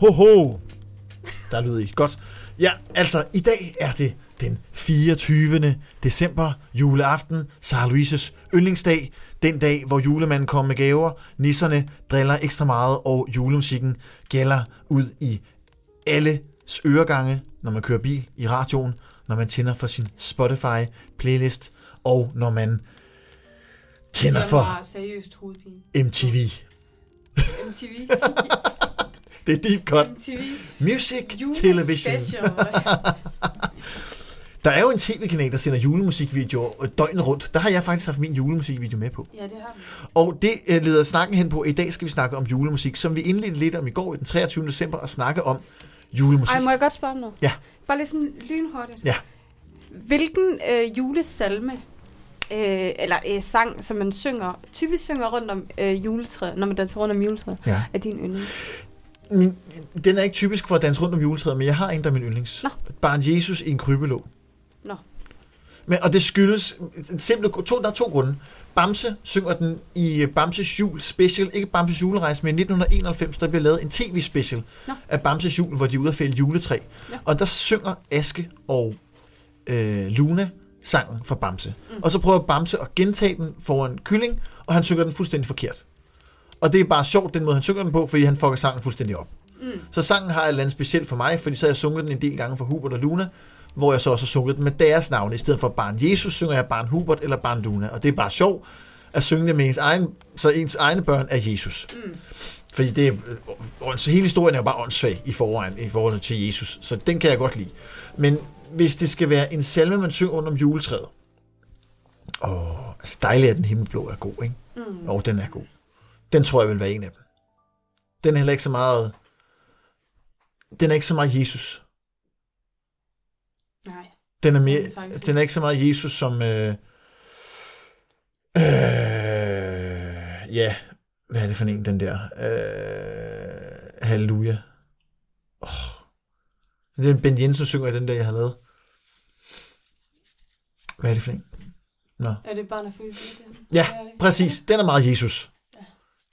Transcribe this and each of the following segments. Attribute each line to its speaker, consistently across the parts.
Speaker 1: Ho, ho. Der lyder I. Godt. Ja, altså, i dag er det den 24. december, juleaften, Sara Louises yndlingsdag. Den dag, hvor julemanden kommer med gaver, nisserne driller ekstra meget, og julemusikken gælder ud i alles øregange, når man kører bil i radioen, når man tænder for sin Spotify-playlist, og når man tænder
Speaker 2: Jeg
Speaker 1: for
Speaker 2: har seriøst hovedpine.
Speaker 1: MTV.
Speaker 2: MTV.
Speaker 1: Det er deep cut.
Speaker 2: MTV.
Speaker 1: Music
Speaker 2: Jule
Speaker 1: Television.
Speaker 2: Special.
Speaker 1: Der er jo en tv-kanal, der sender julemusikvideoer øh, døgnet rundt. Der har jeg faktisk haft min julemusikvideo med på.
Speaker 2: Ja, det har vi.
Speaker 1: Og det øh, leder snakken hen på, at i dag skal vi snakke om julemusik, som vi indledte lidt om i går, den 23. december, og snakke om julemusik.
Speaker 2: Ej, må jeg godt spørge om noget?
Speaker 1: Ja.
Speaker 2: Bare lige sådan lynhurtigt.
Speaker 1: Ja.
Speaker 2: Hvilken øh, julesalme, øh, eller øh, sang, som man synger, typisk synger rundt om øh, juletræet, når man danser rundt om juletræet,
Speaker 1: Ja.
Speaker 2: er din yndling?
Speaker 1: Min, den er ikke typisk for at danse rundt om juletræet, men jeg har en, der er min yndlings.
Speaker 2: Nå.
Speaker 1: Barn Jesus i en krybelåg.
Speaker 2: Nå.
Speaker 1: Men, og det skyldes, simple, to, der er to grunde. Bamse synger den i øh, Bamses jul special, ikke Bamses julerejse, men i 1991, der bliver lavet en tv-special
Speaker 2: Nå.
Speaker 1: af Bamses jul, hvor de er ude at fælde juletræ.
Speaker 2: Ja.
Speaker 1: Og der synger Aske og øh, Luna sangen fra Bamse. Mm. Og så prøver Bamse at gentage den foran Kylling, og han synger den fuldstændig forkert. Og det er bare sjovt, den måde han synger den på, fordi han fucker sangen fuldstændig op.
Speaker 2: Mm.
Speaker 1: Så sangen har et eller andet specielt for mig, fordi så har jeg sunget den en del gange for Hubert og Luna, hvor jeg så også har sunget den med deres navne. I stedet for barn Jesus synger jeg barn Hubert eller barn Luna. Og det er bare sjovt at synge det med ens egen, så ens egne børn er Jesus.
Speaker 2: Mm.
Speaker 1: Fordi det er, øh, ånds- hele historien er jo bare åndssvag i forvejen i forhold til Jesus, så den kan jeg godt lide. Men hvis det skal være en salme, man synger under om juletræet, åh, altså dejligt at den himmelblå er god, ikke?
Speaker 2: Mm.
Speaker 1: Jo, den er god. Den tror jeg vil være en af dem. Den er heller ikke så meget... Den er ikke så meget Jesus.
Speaker 2: Nej.
Speaker 1: Den er,
Speaker 2: er den
Speaker 1: mere,
Speaker 2: faktisk
Speaker 1: den er ikke så meget Jesus som... Øh, øh, ja, hvad er det for en, den der? Øh, halleluja. Oh. Den Ben Jensen synger i den der, jeg har lavet. Hvad er det for en? Nå.
Speaker 2: Er det barn af følelse?
Speaker 1: Ja, præcis. Den er meget Jesus.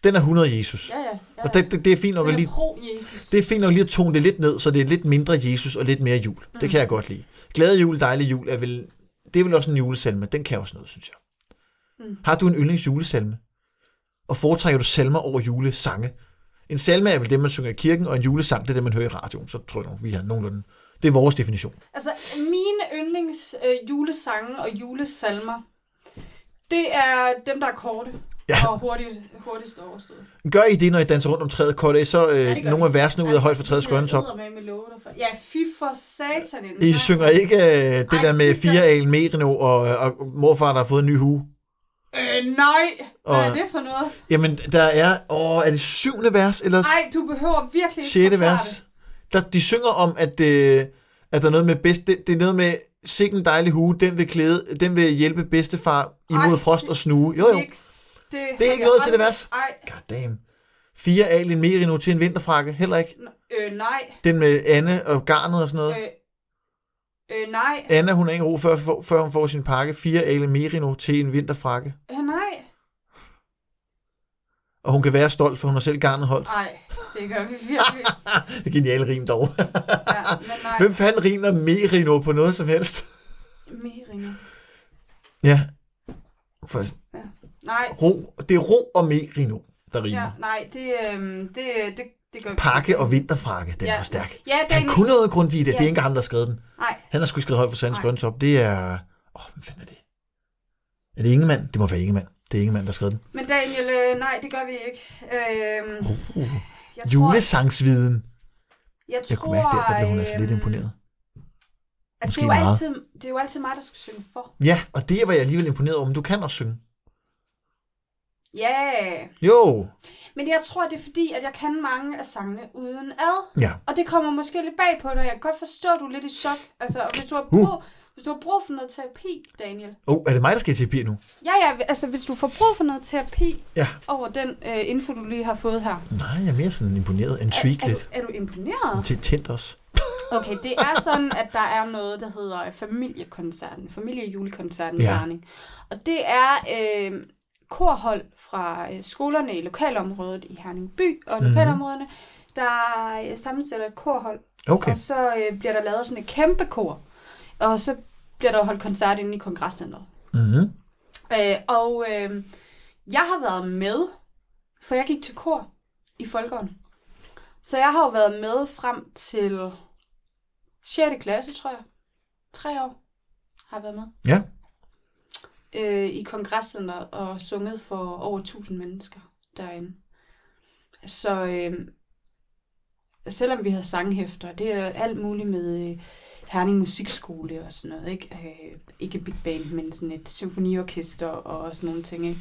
Speaker 1: Den er 100 Jesus.
Speaker 2: Ja, ja. ja.
Speaker 1: Og det, det, det er fint nok at
Speaker 2: Den
Speaker 1: lige...
Speaker 2: er pro-Jesus.
Speaker 1: Det er fint nok lige at tone det lidt ned, så det er lidt mindre Jesus og lidt mere jul. Det
Speaker 2: Mm.
Speaker 1: kan jeg godt lide. Glade jul, dejlig jul er vel... Det er vel også en julesalme. Den kan også noget, synes jeg.
Speaker 2: Mm.
Speaker 1: Har du en yndlingsjulesalme? Og foretrækker du salmer over julesange? En salme er vel det, man synger i kirken, og en julesang, det er det, man hører i radioen. Så tror jeg, nok, vi har nogenlunde... Det er vores definition.
Speaker 2: Altså, mine yndlings øh, julesange og julesalmer, det er dem, der er korte
Speaker 1: Ja.
Speaker 2: og hurtigt, hurtigst overstået.
Speaker 1: Gør I det, når I danser rundt om træet? Korte I så øh,
Speaker 2: Ja, det gør
Speaker 1: nogle
Speaker 2: vi.
Speaker 1: af versene ud af højt for træets grønne top?
Speaker 2: top. Ja, fy for satan. en
Speaker 1: I
Speaker 2: sang.
Speaker 1: synger ikke øh, det
Speaker 2: Ej,
Speaker 1: der med
Speaker 2: det gør-
Speaker 1: fire al merino og, og morfar, der har fået en ny hue?
Speaker 2: Øh, nej. Hvad
Speaker 1: Og-
Speaker 2: er det for noget?
Speaker 1: Jamen, der er... Åh, er det syvende vers, eller
Speaker 2: Nej, du behøver virkelig ikke
Speaker 1: sjette
Speaker 2: forklare
Speaker 1: vers? Der, de synger om, at, øh, at der er noget med bedst... Det, det er noget med, sikke en dejlig hue, den vil, klæde, den vil hjælpe bedstefar imod
Speaker 2: Ej,
Speaker 1: frost og snue. Jo,
Speaker 2: det.
Speaker 1: jo.
Speaker 2: Niks. Det,
Speaker 1: Det er ikke noget til det vers.
Speaker 2: Nej,
Speaker 1: Goddamn. Fire al en merino til en vinterfrakke, heller ikke.
Speaker 2: øh, nej,
Speaker 1: Den med Anne og garnet og sådan noget.
Speaker 2: øh, øh, nej,
Speaker 1: Anna, hun er ikke ro, før, før- før hun får sin pakke. Fire ale merino til en vinterfrakke.
Speaker 2: øh, nej.
Speaker 1: Og hun kan være stolt, for hun har selv garnet holdt.
Speaker 2: Nej, det gør vi virkelig.
Speaker 1: Det er genial rim dog.
Speaker 2: Ja, men nej.
Speaker 1: Hvem fanden rimer merino på noget som helst?
Speaker 2: Meringer.
Speaker 1: Ja. For
Speaker 2: Nej,
Speaker 1: ro, det er ro og merino, der rimer.
Speaker 2: Ja,
Speaker 1: Ja.
Speaker 2: nej, det, øhm, det, det, det gør vi
Speaker 1: Pakke
Speaker 2: ikke.
Speaker 1: og vinterfrakke, den ja.
Speaker 2: Ja.
Speaker 1: var stærk.
Speaker 2: Ja,
Speaker 1: Han
Speaker 2: den...
Speaker 1: kunne noget Grundtvig, det, ja.
Speaker 2: Ja.
Speaker 1: det er ikke ham, der skrev den.
Speaker 2: Nej,
Speaker 1: Han har sgu ikke skrevet højt for Sandens
Speaker 2: Nej.
Speaker 1: Grønne Top. Det er... Åh, oh, hvad fanden er det? Er det Ingemann? Det må være Ingemann. Det er Ingemann, der skrev den.
Speaker 2: men Daniel, øh, nej, det gør vi ikke. Øhm,
Speaker 1: Uh,
Speaker 2: jeg
Speaker 1: julesangsviden.
Speaker 2: tror, jeg, tror,
Speaker 1: Jeg kunne mærke der, der blev hun altså lidt
Speaker 2: øhm,
Speaker 1: imponeret.
Speaker 2: Altså, det,
Speaker 1: Måske
Speaker 2: er jo
Speaker 1: meget.
Speaker 2: altid, det er jo altid mig, der skal synge for.
Speaker 1: Ja, og det var jeg alligevel imponeret over, men du kan også synge.
Speaker 2: Ja,
Speaker 1: Jo.
Speaker 2: men jeg tror, det er fordi, at jeg kan mange af sangene uden ad.
Speaker 1: Ja.
Speaker 2: Og det kommer måske lidt bag på dig. Jeg kan godt forstå, at du er lidt i chok. Altså, og hvis du har
Speaker 1: Uh.
Speaker 2: brug, hvis du har brug for noget terapi, Daniel.
Speaker 1: Åh, oh, er det mig, der skal i terapi nu?
Speaker 2: Ja, ja, altså hvis du får brug for noget terapi
Speaker 1: Ja.
Speaker 2: over den øh, info, du lige har fået her.
Speaker 1: Nej, jeg er mere sådan imponeret. En
Speaker 2: Er,
Speaker 1: tweak
Speaker 2: er,
Speaker 1: lidt.
Speaker 2: du, er du imponeret?
Speaker 1: Til tændt os.
Speaker 2: Okay, det er sådan, at der er noget, der hedder familiekoncerten, familiejulekoncerten i
Speaker 1: Ja.
Speaker 2: Varning. Og det er øh, korhold fra øh, skolerne i lokalområdet i Herning By og
Speaker 1: Mhm.
Speaker 2: lokalområderne, der øh, sammensætter et korhold,
Speaker 1: Okay.
Speaker 2: og så øh, bliver der lavet sådan et kæmpe kor, og så bliver der holdt koncert inde i kongresscenteret.
Speaker 1: Mm-hmm.
Speaker 2: Øh, og øh, jeg har været med, for jeg gik til kor i Folkeånden. Så jeg har jo været med frem til 6. klasse, tror jeg. Tre år har jeg været med.
Speaker 1: Ja.
Speaker 2: Øh, I kongresscenteret og sunget for over 1000 mennesker derinde. Så øh, selvom vi havde sanghæfter, det er alt muligt med øh, Herning Musikskole og sådan noget, ikke? Øh, ikke Big Band, men sådan et symfoniorkester og sådan nogle ting, ikke?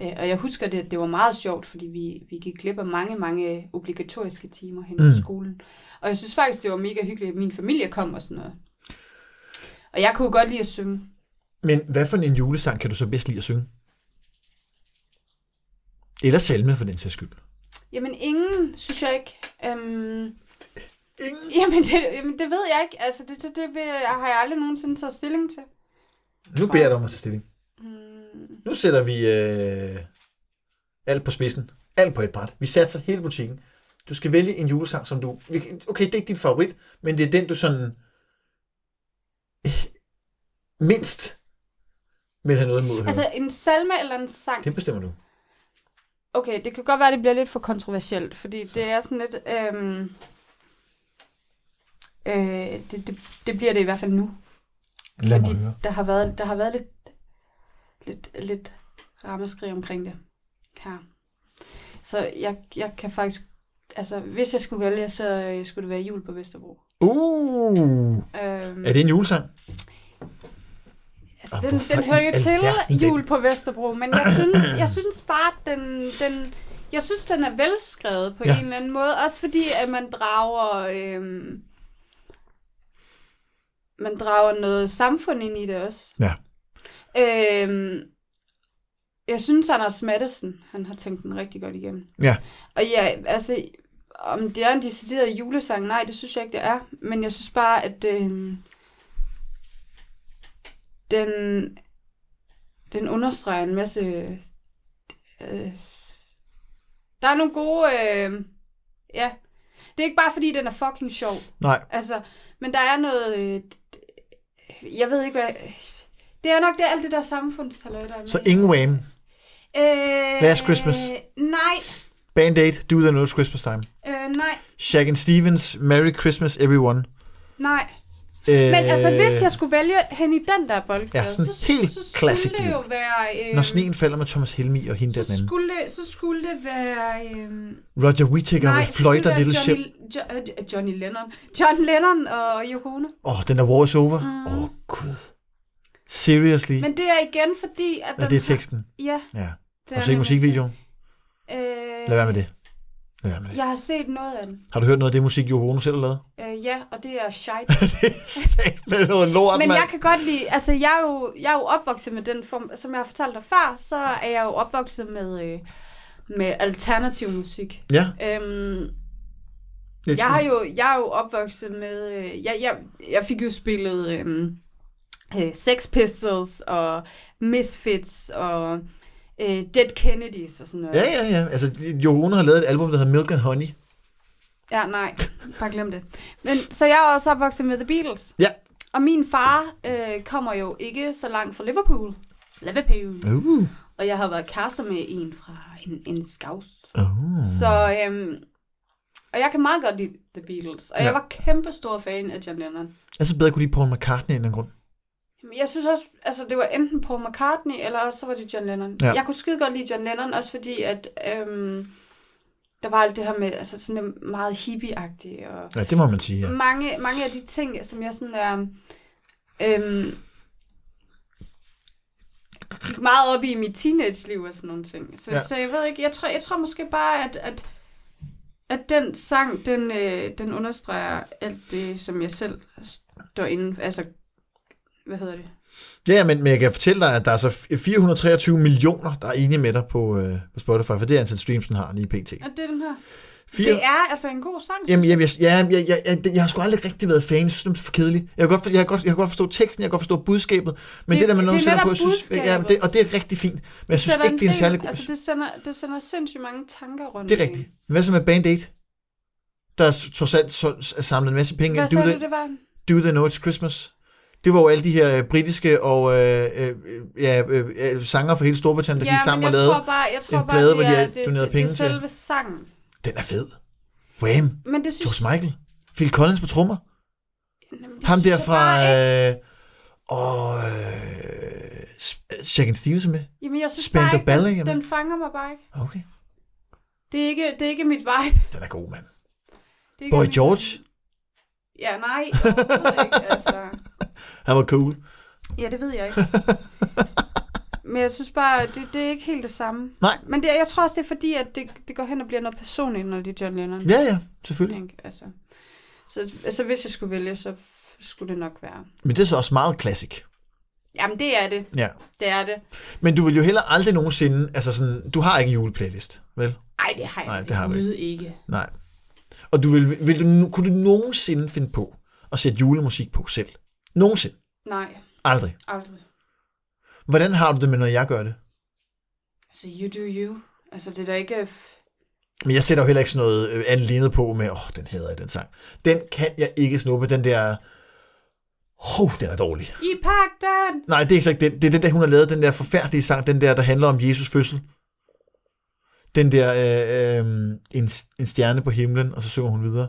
Speaker 2: Øh, og jeg husker, det, det var meget sjovt, fordi vi, vi gik glip af mange, mange obligatoriske timer hen
Speaker 1: Mm.
Speaker 2: mm. skolen. Og jeg synes faktisk, det var mega hyggeligt, at min familie kom og sådan noget. Og jeg kunne godt lide at synge.
Speaker 1: Men hvad for en julesang kan du så bedst lide at synge? Eller salme, for den sags skyld.
Speaker 2: Jamen ingen, synes jeg ikke. Øhm,
Speaker 1: Ingen.
Speaker 2: jamen, det, jamen det ved jeg ikke. Altså det, det, det vil, har jeg aldrig nogensinde taget stilling til.
Speaker 1: Nu beder jeg dig om at tage stilling.
Speaker 2: Mm.
Speaker 1: Nu sætter vi øh, alt på spidsen. Alt på et bræt. Vi satser hele butikken. Du skal vælge en julesang, som du... vi kan- Okay, det er ikke din favorit, men det er den, du sådan... øh, Mindst vil have noget imod at høre. Altså...
Speaker 2: Altså en salme eller en sang?
Speaker 1: Det bestemmer du.
Speaker 2: Okay, det kan godt være, at det bliver lidt for kontroversielt, fordi det er sådan lidt... Øhm, øh, det, det, det bliver det i hvert fald nu. fordi der har været, der har været lidt, lidt, lidt rammeskrig omkring det her. Så jeg, jeg kan faktisk... Altså, hvis jeg skulle vælge, så øh, skulle det være jul på Vesterbro.
Speaker 1: Uh,
Speaker 2: Øhm,
Speaker 1: er det en julesang?
Speaker 2: Altså,
Speaker 1: Og
Speaker 2: den,
Speaker 1: hvorfor
Speaker 2: den hører
Speaker 1: i
Speaker 2: jo til
Speaker 1: alverden den?
Speaker 2: jul på Vesterbro, men jeg synes, jeg synes bare, at den, den, jeg synes, den er velskrevet på
Speaker 1: Ja.
Speaker 2: ja. en eller anden måde. Også fordi, at man drager, øhm, man drager noget samfund ind i det også.
Speaker 1: Ja.
Speaker 2: Øhm, jeg synes, Anders Mattesen, han har tænkt den rigtig godt igennem.
Speaker 1: Ja.
Speaker 2: Og ja, altså, om det er en decideret julesang, nej, det synes jeg ikke, det er. Men jeg synes bare, at øh, den, den understreger en masse... Øh, der er nogle gode... Øh, ja, det er ikke bare, fordi den er fucking sjov.
Speaker 1: Nej.
Speaker 2: Altså, men der er noget... Øh, d- jeg ved ikke, hvad... Det er nok det, alt det der samfundstalløj, der er med.
Speaker 1: Så ingen Wham.
Speaker 2: øh,
Speaker 1: Last Christmas.
Speaker 2: Nej,
Speaker 1: Band Aid, Do the Nose Christmas Time.
Speaker 2: øh, nej,
Speaker 1: Shaq and Stevens, Merry Christmas Everyone.
Speaker 2: nej.
Speaker 1: Øh,
Speaker 2: Men altså, hvis jeg skulle vælge hen i den der boldgade,
Speaker 1: Ja,
Speaker 2: ja,
Speaker 1: sådan
Speaker 2: så,
Speaker 1: helt
Speaker 2: så skulle
Speaker 1: classic
Speaker 2: det jo være... Øh,
Speaker 1: Når sneen falder med Thomas Helmi og hende der den
Speaker 2: så
Speaker 1: anden.
Speaker 2: skulle, det- så skulle det være... Øh,
Speaker 1: Roger Whittaker med
Speaker 2: så
Speaker 1: fløjter
Speaker 2: skulle
Speaker 1: Little
Speaker 2: det
Speaker 1: Ship.
Speaker 2: være Johnny, jo, øh, Johnny Lennon. John Lennon og Yoko Ono.
Speaker 1: Åh, oh, den er War is Over. Åh,
Speaker 2: Mm.
Speaker 1: oh, gud. Seriously. Men,
Speaker 2: Men det er igen fordi, at...
Speaker 1: er
Speaker 2: den
Speaker 1: det er
Speaker 2: har-
Speaker 1: teksten?
Speaker 2: Ja.
Speaker 1: Ja. Har du
Speaker 2: Det er altså-
Speaker 1: set
Speaker 2: den,
Speaker 1: musikvideoen?
Speaker 2: Øh,
Speaker 1: Lad være med det. Lad være med det.
Speaker 2: Jeg har set noget af den.
Speaker 1: Har du hørt noget af det musik, Johono selv har lavet?
Speaker 2: Øh, ja, og det er shite.
Speaker 1: Sæt med noget lort,
Speaker 2: Men
Speaker 1: mand.
Speaker 2: jeg kan godt lide, altså jeg er jo, jeg er jo opvokset med den form, som jeg har fortalt dig før, så er jeg jo opvokset med, øh, med alternativ musik.
Speaker 1: Ja.
Speaker 2: Øhm,
Speaker 1: Jeg,
Speaker 2: jeg, har jo, jeg er jo opvokset med, øh, jeg, jeg, jeg fik jo spillet øhm, øh, Sex Pistols og Misfits og øh, Dead Kennedys og sådan noget.
Speaker 1: Ja, ja, ja. Altså, Johono har lavet et album, der hedder Milk and Honey.
Speaker 2: Ja, nej. Bare glem det. Men, så jeg er også opvokset med The Beatles.
Speaker 1: Ja.
Speaker 2: Og min far øh, kommer jo ikke så langt fra Liverpool. Liverpool.
Speaker 1: Uh.
Speaker 2: Og jeg har været kærester med en fra en, en skavs.
Speaker 1: Oh.
Speaker 2: Så, øhm, og jeg kan meget godt lide The Beatles. Og
Speaker 1: Ja.
Speaker 2: jeg var kæmpe stor fan af John Lennon.
Speaker 1: Jeg så Altså, bedre kunne lide Paul McCartney end den grund.
Speaker 2: Men jeg synes også, altså det var enten Paul McCartney, eller også så var det John Lennon.
Speaker 1: Ja.
Speaker 2: Ja. Jeg kunne skide godt lide John Lennon, også fordi at øhm, der var alt det her med, altså sådan lidt meget hippie-agtigt, og
Speaker 1: Ja, det må man sige, ja.
Speaker 2: ja. mange, mange af de ting, som jeg sådan er... Øhm, gik meget op i mit teenage-liv og sådan nogle ting. Så,
Speaker 1: Ja.
Speaker 2: ja. så jeg ved ikke, jeg tror, jeg tror måske bare, at, at, at den sang, den, øh, den understreger alt det, som jeg selv står inden for. Altså, hvad hedder det?
Speaker 1: Ja, men, men jeg kan fortælle dig, at der er så 423 millioner, der er enige med dig på, øh, på Spotify, for det er antal streams, den har lige pt.
Speaker 2: Og det er den her.
Speaker 1: Fire-
Speaker 2: Det er altså en god sang.
Speaker 1: Jamen, jeg, jeg, jeg, jeg, jeg, jeg, jeg har sgu aldrig rigtig været fan. Jeg synes, det er for kedeligt. Jeg kan, godt, for- jeg, kan godt, jeg kan godt forstå teksten, jeg kan godt forstå budskabet. Men det,
Speaker 2: Det-
Speaker 1: det der med, når
Speaker 2: det
Speaker 1: du
Speaker 2: er
Speaker 1: sætter
Speaker 2: netop
Speaker 1: på, jeg synes, ja, men
Speaker 2: budskabet.
Speaker 1: det, og det er rigtig fint. Men jeg synes
Speaker 2: sætter
Speaker 1: ikke, det er en
Speaker 2: del-
Speaker 1: særlig god...
Speaker 2: Altså, det sender, det sender sindssygt mange tanker rundt.
Speaker 1: det er
Speaker 2: omkring.
Speaker 1: rigtigt. Hvad så med Band Aid? der s- trods alt så- s- samlede en masse penge.
Speaker 2: Hvad
Speaker 1: ind.
Speaker 2: sagde
Speaker 1: Do,
Speaker 2: du,
Speaker 1: the,
Speaker 2: det
Speaker 1: do
Speaker 2: var?
Speaker 1: They Know It's Christmas. Det var jo alle de her øh, britiske og øh, øh, ja, øh, øh, sanger fra hele Storbritannien, der gik sammen og
Speaker 2: jeg
Speaker 1: lavede.
Speaker 2: tror bare, jeg tror
Speaker 1: en
Speaker 2: bare,
Speaker 1: plade,
Speaker 2: det
Speaker 1: hvor de
Speaker 2: er,
Speaker 1: havde
Speaker 2: det,
Speaker 1: doneret
Speaker 2: det,
Speaker 1: penge
Speaker 2: det
Speaker 1: til.
Speaker 2: er selve sangen.
Speaker 1: Den er fed. Wham!
Speaker 2: Men det synes,
Speaker 1: George Michael. Phil Collins på trommer.
Speaker 2: Jamen, det
Speaker 1: Ham
Speaker 2: synes
Speaker 1: der
Speaker 2: jeg
Speaker 1: fra...
Speaker 2: bare ikke.
Speaker 1: Øh, og... Øh, S- Shakin' Stevens er med.
Speaker 2: Jamen, jeg synes
Speaker 1: Spandau
Speaker 2: bare ikke,
Speaker 1: Ballet,
Speaker 2: den,
Speaker 1: øh, jamen. Ah,
Speaker 2: den fanger mig bare ikke.
Speaker 1: Okay.
Speaker 2: Det er ikke, det er ikke mit vibe.
Speaker 1: Den er god, mand.
Speaker 2: Det er ikke
Speaker 1: Boy
Speaker 2: mit-
Speaker 1: George.
Speaker 2: Ja, nej. overhovedet ikke, altså.
Speaker 1: Han var cool.
Speaker 2: Ja, det ved jeg ikke. Men jeg synes bare, det, det er ikke helt det samme.
Speaker 1: Nej.
Speaker 2: Men det, jeg tror også, det er fordi, at det, det går hen og bliver noget personligt, når det er John Lennon.
Speaker 1: Ja, ja. Selvfølgelig.
Speaker 2: Ikke? Altså. Så altså, hvis jeg skulle vælge, så f- skulle det nok være.
Speaker 1: Men det er så også meget classic.
Speaker 2: Jamen, det er det.
Speaker 1: Ja.
Speaker 2: Det er det.
Speaker 1: Men du vil jo heller aldrig nogensinde... Altså sådan... Du har ikke en juleplaylist, vel?
Speaker 2: Ej, det har jeg
Speaker 1: Nej, det har du
Speaker 2: overhovedet ikke.
Speaker 1: Nej. Og du vil, vil du, nu- kunne du nogensinde finde på at sætte julemusik på selv? Nogensinde.
Speaker 2: Nej,
Speaker 1: Aldrig.
Speaker 2: aldrig.
Speaker 1: Hvordan har du det med, når jeg gør det?
Speaker 2: Altså, you do you. Altså, det er da ikke... F-
Speaker 1: Men jeg sætter jo heller ikke sådan noget øh, andet lignet på med, åh, oh, den hedder jeg, den sang. Den kan jeg ikke snuppe, den der... Hov, oh, den er dårlig.
Speaker 2: I pak den!
Speaker 1: Nej, det er ikke sagt den. Det er den der, hun har lavet, den der forfærdelige sang, den der, der handler om Jesus fødsel. Den der, øh, øh, en, en stjerne på himlen, og så synger hun videre.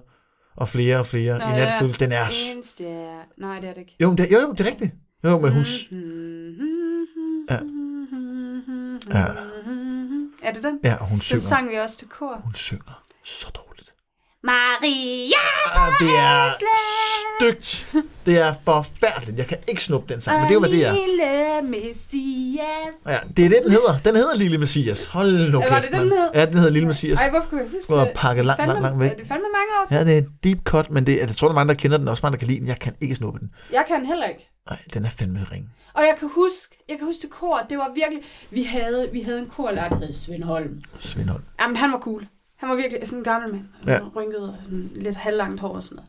Speaker 1: Og flere og flere.
Speaker 2: Nå,
Speaker 1: I
Speaker 2: ja.
Speaker 1: natfølge, den er... s-
Speaker 2: En stjerne. Nej, det er det ikke.
Speaker 1: Jo, men det, jo, jo, det er rigtigt. Jo, men
Speaker 2: Mm.
Speaker 1: hun... s- Ja. Ja.
Speaker 2: Er det den?
Speaker 1: Ja, og hun
Speaker 2: Den
Speaker 1: synger.
Speaker 2: sang vi også til kor.
Speaker 1: Hun synger så dårligt.
Speaker 2: Maria!
Speaker 1: Ah, det er stygt. Det er forfærdeligt. Jeg kan ikke snuppe den sang, men det er jo, hvad det er.
Speaker 2: Lille Messias.
Speaker 1: Ja, det er det, den hedder. Den hedder Lille Messias. Hold nu
Speaker 2: Var
Speaker 1: kæft,
Speaker 2: det den, den
Speaker 1: mand.
Speaker 2: hed?
Speaker 1: Ja, den hedder Lille Messias.
Speaker 2: Ej, hvorfor kunne jeg huske
Speaker 1: Nu har jeg
Speaker 2: det?
Speaker 1: pakket langt,
Speaker 2: Fandme-
Speaker 1: langt, langt væk.
Speaker 2: Det er fandme mange år siden.
Speaker 1: Ja, det er deep cut, men det, jeg tror, der er mange, der kender den. Også mange, der kan lide den. Jeg kan ikke snuppe den.
Speaker 2: Jeg kan heller ikke.
Speaker 1: Nej, den er fandme ring.
Speaker 2: Og jeg kan huske, jeg kan huske til kor, det var virkelig, vi havde, vi havde en korlærer, der hed Svend Holm.
Speaker 1: Svindhold.
Speaker 2: Jamen, han var cool. Han var virkelig sådan en gammel mand. Han
Speaker 1: Ja.
Speaker 2: ja. rynkede og sådan lidt halvlangt hår og sådan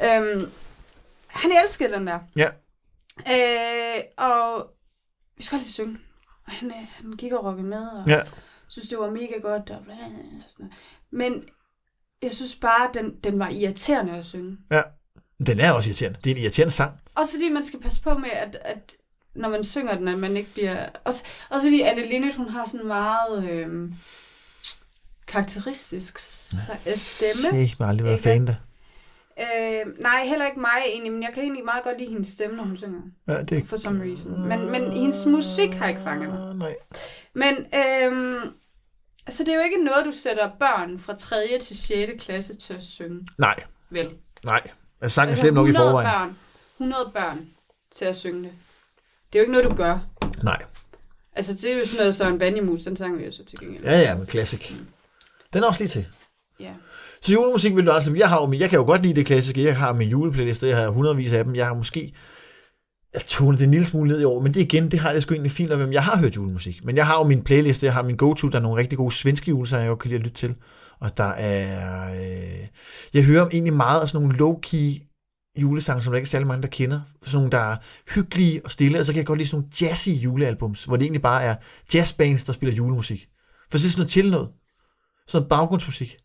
Speaker 2: noget. Øhm, han elskede den der.
Speaker 1: Ja.
Speaker 2: Øh, og vi skulle altid synge. Og han, øh, han gik og rockede med, og
Speaker 1: Ja.
Speaker 2: synes, det var mega godt. Og bla, bla, bla, og sådan noget. Men jeg synes bare, den, den var irriterende at synge.
Speaker 1: Den er også irriterende. Det er en irriterende sang.
Speaker 2: Også fordi man skal passe på med, at, at når man synger den, at man ikke bliver... Også, også fordi Anne Linnet, hun har sådan en meget øh, karakteristisk sa- øh,
Speaker 1: Se,
Speaker 2: stemme.
Speaker 1: jeg har aldrig været
Speaker 2: Ikke?
Speaker 1: fan der.
Speaker 2: Øh, nej, heller ikke mig egentlig, men jeg kan egentlig meget godt lide hendes stemme, når hun synger.
Speaker 1: Ja, det er...
Speaker 2: For some reason. Men, men hendes musik har ikke fanget mig.
Speaker 1: Nej.
Speaker 2: Men øhm, altså, det er jo ikke noget, du sætter børn fra 3. til 6. klasse til at synge,
Speaker 1: Nej,
Speaker 2: vel?
Speaker 1: nej. Altså, sangen er slem nok i forvejen.
Speaker 2: børn, 100 børn til at synge det. Det er jo ikke noget, du gør.
Speaker 1: Nej.
Speaker 2: Altså, det er jo sådan noget, så en vandemus, den sang vi jo så til gengæld.
Speaker 1: Ja, ja, men classic. Den er også lige til.
Speaker 2: ja.
Speaker 1: Så julemusik vil du altså... Jeg, har jo, min- jeg kan jo godt lide det klassiske. Jeg har min juleplayliste. Jeg har hundredvis af dem. Jeg har måske jeg tonet det en lille smule ned i år, men det igen, det har jeg det sgu egentlig fint med, men jeg har hørt julemusik. Men jeg har jo min playliste, jeg har min go-to, der er nogle rigtig gode svenske julesager, jeg godt kan lide at lytte til. Og der er... Øh, jeg hører egentlig meget af sådan nogle low-key julesange, som der ikke er særlig mange, der kender. Sådan nogle, der er hyggelige og stille, og så kan jeg godt lide sådan nogle jazzy julealbums, hvor det egentlig bare er jazzbands, der spiller julemusik. For så er det sådan noget chill noget. Sådan noget baggrundsmusik.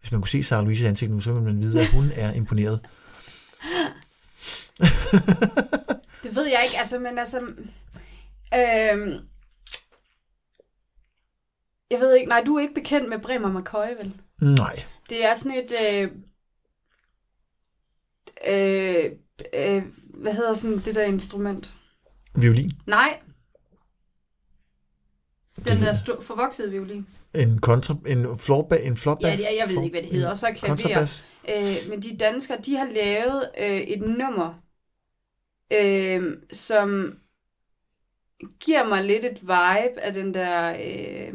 Speaker 1: Hvis man kunne se Sarah Louise's ansigt nu, så ville man vide, at hun er imponeret.
Speaker 2: Det ved jeg ikke, altså, men altså... Øhm, jeg ved ikke, nej, du er ikke bekendt med Bremer McCoy, vel?
Speaker 1: Nej.
Speaker 2: Det er sådan et... Øh, øh, øh, hvad hedder sådan det der instrument?
Speaker 1: Violin.
Speaker 2: Nej. Den
Speaker 1: Det-
Speaker 2: der sto- forvoksede violin.
Speaker 1: En kontra... En florba... En florba...
Speaker 2: Ja, det er, jeg ved ikke, hvad det hedder. Og så klaver.
Speaker 1: Kontrabas.
Speaker 2: Øh, men de danskere, de har lavet øh, et nummer, øh, som giver mig lidt et vibe af den der... Øh,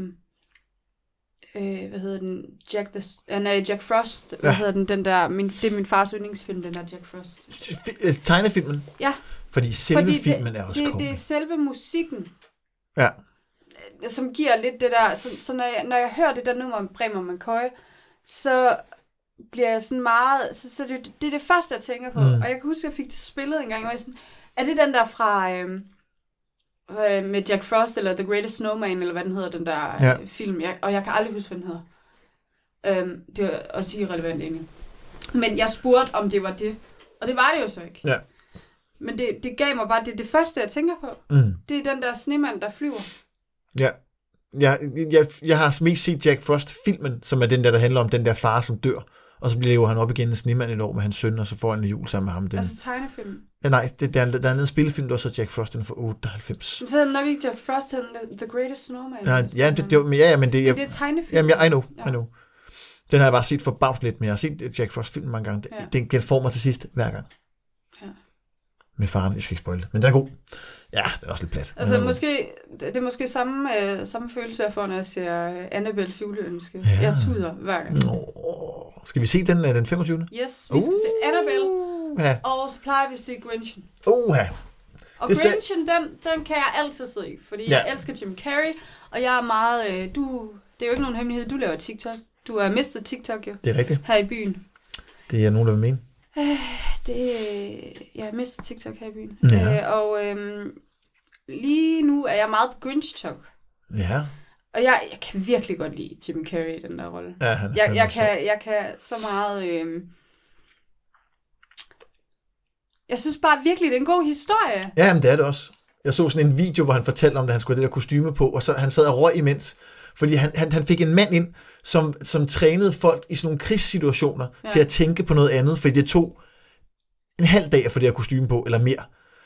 Speaker 2: øh, hvad hedder den? Jack, the, uh, nej, Jack Frost. Hvad
Speaker 1: Ja.
Speaker 2: ja. hedder den? den der, min, det er min fars yndlingsfilm, den der Jack Frost.
Speaker 1: Fi- øh, Tegnefilmen.
Speaker 2: Ja.
Speaker 1: Fordi selve
Speaker 2: Fordi
Speaker 1: Fordi
Speaker 2: det-
Speaker 1: filmen er også
Speaker 2: det,
Speaker 1: kongen.
Speaker 2: det er selve musikken,
Speaker 1: Ja.
Speaker 2: øh, som giver lidt det der... Så, så når, jeg, når jeg hører det der nummer om Bremer McCoy, så bliver jeg sådan meget... Så, så det, det er det første, jeg tænker på.
Speaker 1: Mm.
Speaker 2: Mm. Og jeg kan huske, at jeg fik det spillet en gang, og jeg sådan... Er det den der fra... Øh, øh, med Jack Frost, eller The Greatest Snowman, eller hvad den hedder, den der øh,
Speaker 1: Ja.
Speaker 2: ja. film. Jeg, og jeg kan aldrig huske, hvad den hedder. Øhm, det er også irrelevant egentlig. Men jeg spurgte, om det var det. Og det var det jo så ikke.
Speaker 1: Ja.
Speaker 2: Men det, det gav mig bare det, det første, jeg tænker på.
Speaker 1: Mm.
Speaker 2: Det er den der snemand, der flyver.
Speaker 1: Ja. Jeg, jeg, jeg har mest set Jack Frost-filmen, som er den der, der handler om den der far, som dør. Og så bliver jo han op igen en snemand et år med hans søn, og så får han en jul sammen med ham. Den.
Speaker 2: Altså tegnefilm.
Speaker 1: Ja, nej, det, der, er- der er en spillefilm, der er så Jack Frost, den er fra 98.
Speaker 2: Men så er det nok ikke Jack Frost, han er The Greatest Snowman.
Speaker 1: Ja, ja, det, det, var- men ja, ja, men det, jeg,
Speaker 2: det er tegnefilm.
Speaker 1: Jamen, jeg, I know,
Speaker 2: Ja.
Speaker 1: I know. Den har jeg bare set forbavs lidt, men jeg har set Jack Frost film mange gange. Den,
Speaker 2: Ja.
Speaker 1: den, den får mig til sidst hver gang.
Speaker 2: Ja.
Speaker 1: Med faren, jeg skal ikke spoil det. Men den er god. Ja, den er også lidt plat. men
Speaker 2: Altså
Speaker 1: den er god.
Speaker 2: måske, det er måske samme, øh, samme følelse, jeg får, når jeg ser øh, Annabelles juleønske.
Speaker 1: Ja.
Speaker 2: Ja. Jeg tuder hver gang.
Speaker 1: Nå, skal vi se den øh, den 25.
Speaker 2: Yes, vi
Speaker 1: Uh.
Speaker 2: skal se Annabelle,
Speaker 1: Ja,
Speaker 2: og så plejer vi at se Grinchen.
Speaker 1: uha.
Speaker 2: Og
Speaker 1: Det ser-
Speaker 2: Grinchen, den, den kan jeg altid se, i, fordi
Speaker 1: Ja.
Speaker 2: ja. jeg elsker Jim Carrey, og jeg er meget, øh, du, det er jo ikke nogen hemmelighed, du laver TikTok. Du er mister TikTok jo,
Speaker 1: Det er rigtigt.
Speaker 2: her i byen.
Speaker 1: Det er nogen, der vil mene.
Speaker 2: Det, øh, jeg er mister TikTok her i byen.
Speaker 1: Ja.
Speaker 2: Øh, og øh, lige nu er jeg meget på Grinch-talk.
Speaker 1: Ja,
Speaker 2: Og jeg, jeg kan virkelig godt lide Jim Carrey i den der rolle.
Speaker 1: ja han er
Speaker 2: jeg,
Speaker 1: fandme
Speaker 2: jeg,
Speaker 1: sjov.
Speaker 2: kan, jeg kan så meget... Øh... Jeg synes bare virkelig, det er en god historie.
Speaker 1: Ja, men det er det også. Jeg så sådan en video, hvor han fortalte om, at han skulle have det der kostyme på, og så han sad og røg imens. Fordi han, han, han fik en mand ind, som, som trænede folk i sådan nogle krigssituationer ja.
Speaker 2: Ja.
Speaker 1: til at tænke på noget andet, fordi det tog en halv dag at få det her kostyme på, eller mere.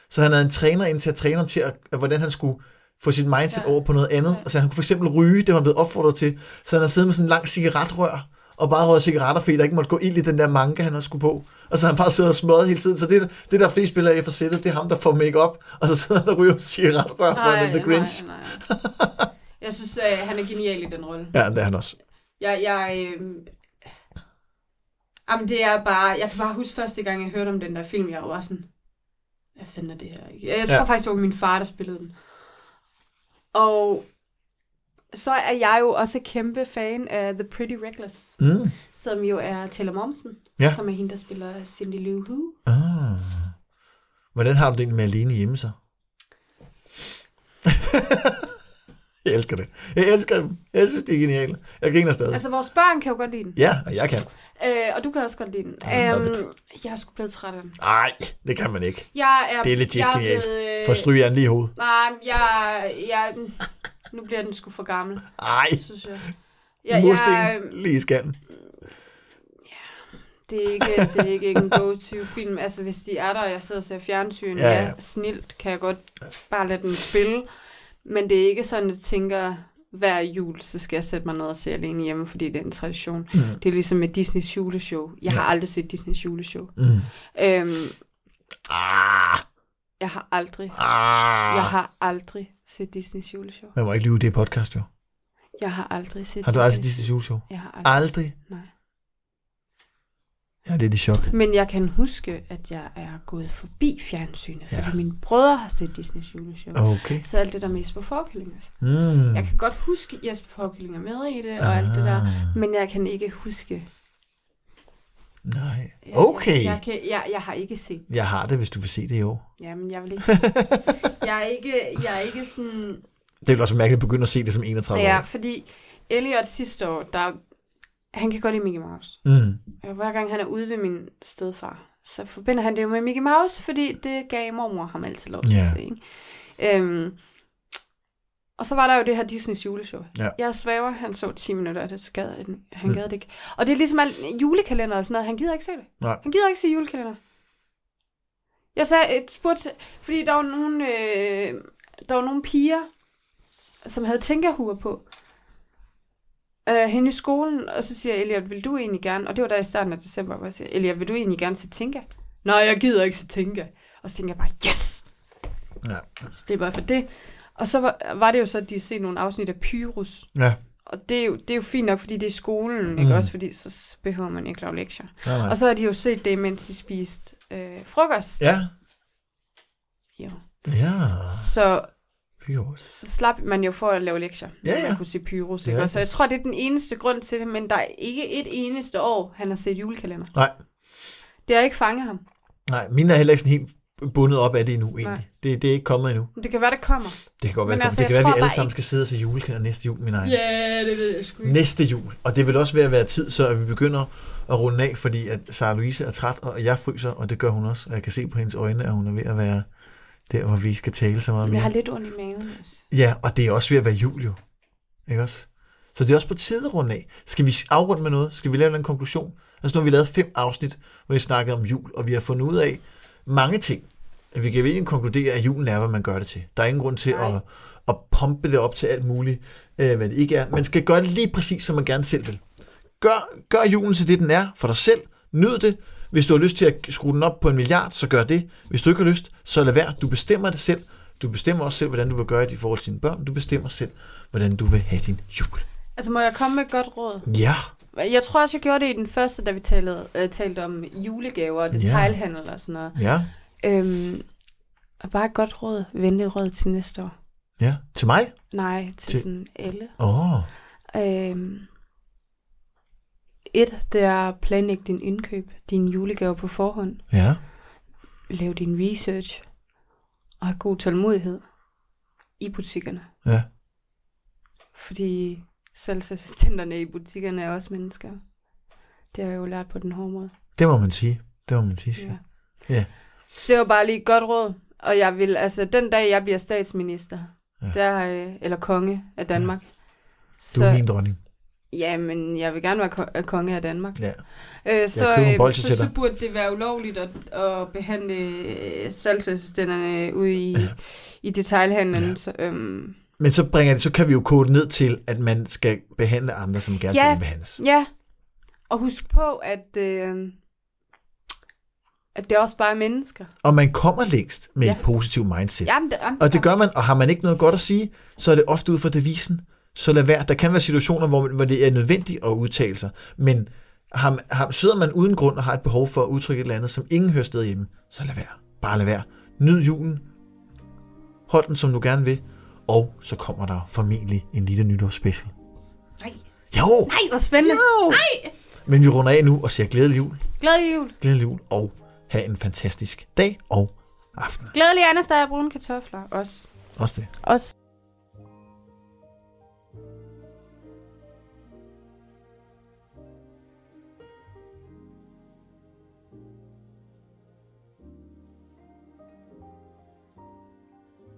Speaker 1: Så han havde en træner ind til at træne ham til, at, at hvordan han skulle få sit mindset ja.
Speaker 2: Ja.
Speaker 1: over på noget andet.
Speaker 2: Ja.
Speaker 1: Altså han kunne for eksempel ryge, det var han blevet opfordret til. Så han havde siddet med sådan en lang cigaretrør, og bare røget cigaretter, fordi der ikke måtte gå ild i den der manke, han også skulle på. Og så har han bare siddet og smøget hele tiden. Så det, det der flest spillere af for sættet, det er ham, der får makeup og så sidder han og ryger cigaretrør på den The Grinch.
Speaker 2: nej, nej. Jeg synes, øh, han er genial i den rolle.
Speaker 1: Ja, det er han også.
Speaker 2: Jeg, jeg, øh... Jamen, det er bare... Jeg kan bare huske første gang, jeg hørte om den der film, jeg var sådan... Hvad fanden er det her? Ikke? Jeg tror
Speaker 1: Ja.
Speaker 2: ja. faktisk, det var min far, der spillede den. Og så er jeg jo også kæmpe fan af The Pretty Reckless.
Speaker 1: Mm.
Speaker 2: som jo er Taylor Momsen,
Speaker 1: Ja.
Speaker 2: ja. som er hende, der spiller Cindy Lou Who.
Speaker 1: Ah. Hvordan har du det egentlig med alene hjemme så? jeg elsker det. Jeg elsker dem. Jeg synes, det er genialt. Jeg griner stadig. Altså,
Speaker 2: Altså, vores børn kan jo godt lide den.
Speaker 1: ja, og jeg kan.
Speaker 2: Øh, og du kan også godt lide den.
Speaker 1: Ja,
Speaker 2: Øhm,
Speaker 1: love
Speaker 2: jeg er sgu blevet træt af den.
Speaker 1: Nej, det kan man ikke.
Speaker 2: Jeg er,
Speaker 1: Det er legit
Speaker 2: jeg er
Speaker 1: genialt.
Speaker 2: blevet, øh,
Speaker 1: For stryg jer lige i hovedet.
Speaker 2: Nej, men jeg, jeg... Nu bliver den sgu for gammel,
Speaker 1: Ej,
Speaker 2: synes jeg.
Speaker 1: ja,
Speaker 2: Jeg, øh, jeg,
Speaker 1: mursten lige i skallen.
Speaker 2: det, er ikke, det er ikke en go-to-film. Altså, hvis de er der, og jeg sidder og ser fjernsyn,
Speaker 1: Ja,
Speaker 2: ja,
Speaker 1: ja.
Speaker 2: ja. snilt, kan jeg godt bare lade den spille. Men det er ikke sådan, at jeg tænker, hver jul, så skal jeg sætte mig ned og se alene hjemme, fordi det er en tradition.
Speaker 1: Mm.
Speaker 2: Det er ligesom med Disneys juleshow. Jeg har aldrig set Disneys juleshow.
Speaker 1: Mm.
Speaker 2: Øhm,
Speaker 1: Ah,
Speaker 2: jeg har aldrig...
Speaker 1: ah.
Speaker 2: Jeg har aldrig set Disneys juleshow.
Speaker 1: Man må ikke lyve, det er podcast jo.
Speaker 2: Jeg har aldrig set
Speaker 1: Har du
Speaker 2: Disney-
Speaker 1: aldrig set Disney's juleshow?
Speaker 2: Jeg har aldrig.
Speaker 1: Aldrig.
Speaker 2: Nej.
Speaker 1: Jeg er lidt i chok.
Speaker 2: Men jeg kan huske, at jeg er gået forbi fjernsynet,
Speaker 1: Ja.
Speaker 2: fordi mine brødre har set Disneys juleshow.
Speaker 1: Okay.
Speaker 2: Så alt det der med Jesper Forkylling. altså.
Speaker 1: Mm.
Speaker 2: Jeg kan godt huske, at Jesper Forkylling er med i det, og alt det der.
Speaker 1: Ah,
Speaker 2: Men jeg kan ikke huske...
Speaker 1: Nej.
Speaker 2: Jeg,
Speaker 1: Okay.
Speaker 2: Jeg, jeg, kan, jeg, jeg har ikke set
Speaker 1: Jeg har det, hvis du vil se det i år.
Speaker 2: Jamen, jeg vil ikke... jeg, er ikke jeg er ikke sådan...
Speaker 1: Det er også mærkeligt at begynde at se det som 31
Speaker 2: Ja,
Speaker 1: ja.
Speaker 2: fordi Elliot sidste år, der, han kan godt lide Mickey Mouse.
Speaker 1: Mm.
Speaker 2: Og Hver gang han er ude ved min stedfar, så forbinder han det jo med Mickey Mouse, fordi det gav mormor ham altid lov til
Speaker 1: Ja.
Speaker 2: at se. Ikke? Øhm, og så var der jo det her Disneys juleshow.
Speaker 1: Ja.
Speaker 2: Jeg svæver, han så 10 minutter, og det skad, han- han
Speaker 1: Mm.
Speaker 2: gad det ikke. Og det er ligesom alt julekalender og sådan noget, han gider ikke se det.
Speaker 1: Nej.
Speaker 2: Han gider ikke se julekalender. Jeg sagde et spurgt, fordi der var nogle, øh, der var nogle piger, som havde tænkerhuer på, øh, hende i skolen, og så siger jeg, Elliot, vil du egentlig gerne, og det var der i starten af december, hvor jeg siger, Elliot, vil du egentlig gerne se Tinka? Nej, jeg gider ikke se Tinka. Og så tænker jeg bare, yes!
Speaker 1: Ja.
Speaker 2: Så det var for det. Og så var, var det jo så, at de set nogle afsnit af Pyrus.
Speaker 1: ja.
Speaker 2: Og det er, jo, det er jo fint nok, fordi det er i skolen, ikke
Speaker 1: Mm.
Speaker 2: også? Fordi så behøver man ikke lave lektier.
Speaker 1: Nej, nej.
Speaker 2: Og så har de jo set det, mens de spiste øh, frokost.
Speaker 1: Ja.
Speaker 2: Jo.
Speaker 1: Ja.
Speaker 2: Så,
Speaker 1: Pyros.
Speaker 2: så slap man jo for at lave lektier,
Speaker 1: Ja,
Speaker 2: når
Speaker 1: ja.
Speaker 2: man kunne se Pyrus.
Speaker 1: Det er
Speaker 2: Ikke? Og
Speaker 1: rigtigt.
Speaker 2: så jeg tror, det er den eneste grund til det, men der er ikke et eneste år, han har set julekalender.
Speaker 1: Nej.
Speaker 2: Det har ikke fanget ham.
Speaker 1: Nej, mine er heller ikke sådan helt bundet op af det endnu, egentlig.
Speaker 2: Nej.
Speaker 1: Det, det er ikke kommet endnu.
Speaker 2: Men Det kan være, der kommer.
Speaker 1: Det kan godt være,
Speaker 2: Men
Speaker 1: det
Speaker 2: altså,
Speaker 1: kommer. det kan være,
Speaker 2: jeg
Speaker 1: vi
Speaker 2: tror
Speaker 1: alle
Speaker 2: bare
Speaker 1: sammen
Speaker 2: ikke-
Speaker 1: skal sidde og se julekalender næste jul, min egen.
Speaker 2: Ja, det ved jeg sgu
Speaker 1: Næste jul. Og det vil også være, være tid, så at vi begynder at runde af, fordi at Sara Louise er træt, og jeg fryser, og det gør hun også. Og jeg kan se på hendes øjne, at hun er ved at være der, hvor vi skal tale så meget
Speaker 2: Jeg
Speaker 1: mere.
Speaker 2: har lidt ondt i maven også.
Speaker 1: Ja, og det er også ved at være jul jo. Ikke også? Så det er også på tide at runde af. Skal vi afrunde med noget? Skal vi lave en konklusion? Altså nu har vi lavet fem afsnit, hvor vi snakkede om jul, og vi har fundet ud af mange ting. Vi kan ikke konkludere, at julen er, hvad man gør det til. Der er ingen grund til
Speaker 2: Nej.
Speaker 1: at, at pumpe det op til alt muligt, øh, hvad det ikke er. Man skal gøre det lige præcis, som man gerne selv vil. Gør, gør julen til det, den er for dig selv. Nyd det. Hvis du har lyst til at skrue den op på en milliard, så gør det. Hvis du ikke har lyst, så lad være. Du bestemmer det selv. Du bestemmer også selv, hvordan du vil gøre det i forhold til dine børn. Du bestemmer selv, hvordan du vil have din jul.
Speaker 2: Altså, må jeg komme med et godt råd?
Speaker 1: Ja,
Speaker 2: Jeg tror også, jeg gjorde det i den første, da vi talte, øh, talte om julegaver og
Speaker 1: Ja.
Speaker 2: detailhandel og sådan noget.
Speaker 1: ja,
Speaker 2: Øhm, og bare et godt råd, venlig råd til næste år.
Speaker 1: ja. Til mig?
Speaker 2: Nej, til
Speaker 1: Til-
Speaker 2: sådan alle.
Speaker 1: Åh, oh,
Speaker 2: Øhm, et, det er at planlægge din indkøb, din julegaver på forhånd.
Speaker 1: ja.
Speaker 2: Lav din research og have god tålmodighed i butikkerne.
Speaker 1: Ja.
Speaker 2: Fordi salgsassistenterne i butikkerne er også mennesker. Det har jeg jo lært på den hårde måde.
Speaker 1: Det må man sige. Det må man sige. Ja.
Speaker 2: Ja.
Speaker 1: Ja.
Speaker 2: Så det var bare lige et godt råd. Og jeg vil, altså den dag jeg bliver statsminister,
Speaker 1: Ja.
Speaker 2: ja. der, øh, eller konge af Danmark. Ja.
Speaker 1: Du er min dronning.
Speaker 2: Jamen, jeg vil gerne være ko- øh, konge af Danmark.
Speaker 1: Ja.
Speaker 2: Øh, så,
Speaker 1: køber en
Speaker 2: øh,
Speaker 1: bolsje
Speaker 2: så,
Speaker 1: til
Speaker 2: så
Speaker 1: dig.
Speaker 2: burde det være ulovligt at, at behandle øh, salgsassistenterne ude i, ja. i detailhandlen.
Speaker 1: Ja.
Speaker 2: Ja, så, øhm,
Speaker 1: Men så bringer det, så kan vi jo kode ned til, at man skal behandle andre, som gerne
Speaker 2: Ja.
Speaker 1: skal behandles.
Speaker 2: ja. og husk på, at, øh, at det er også bare er mennesker.
Speaker 1: Og man kommer længst med ja.
Speaker 2: Ja.
Speaker 1: et positivt mindset. Ja.
Speaker 2: Jamen, det, jamen,
Speaker 1: Og det gør man, og har man ikke noget godt at sige, så er det ofte ud fra devisen, så lad være. Der kan være situationer, hvor, man, hvor det er nødvendigt at udtale sig, men har, har, sidder man uden grund og har et behov for at udtrykke et eller andet, som ingen hører sted hjemme, så lad være. Bare lad være. Nyd julen. Hold den, som du gerne vil. Og så kommer der formentlig en lille nytårsspecial.
Speaker 2: Nej,
Speaker 1: Jo!
Speaker 2: nej, hvor spændende.
Speaker 1: Jo!
Speaker 2: Nej,
Speaker 1: Men vi runder af nu og siger glædelig jul.
Speaker 2: glædelig jul.
Speaker 1: glædelig jul, og have en fantastisk dag og aften.
Speaker 2: Glædelig Anders, der er brune kartofler. Også.
Speaker 1: Også det.
Speaker 2: Også.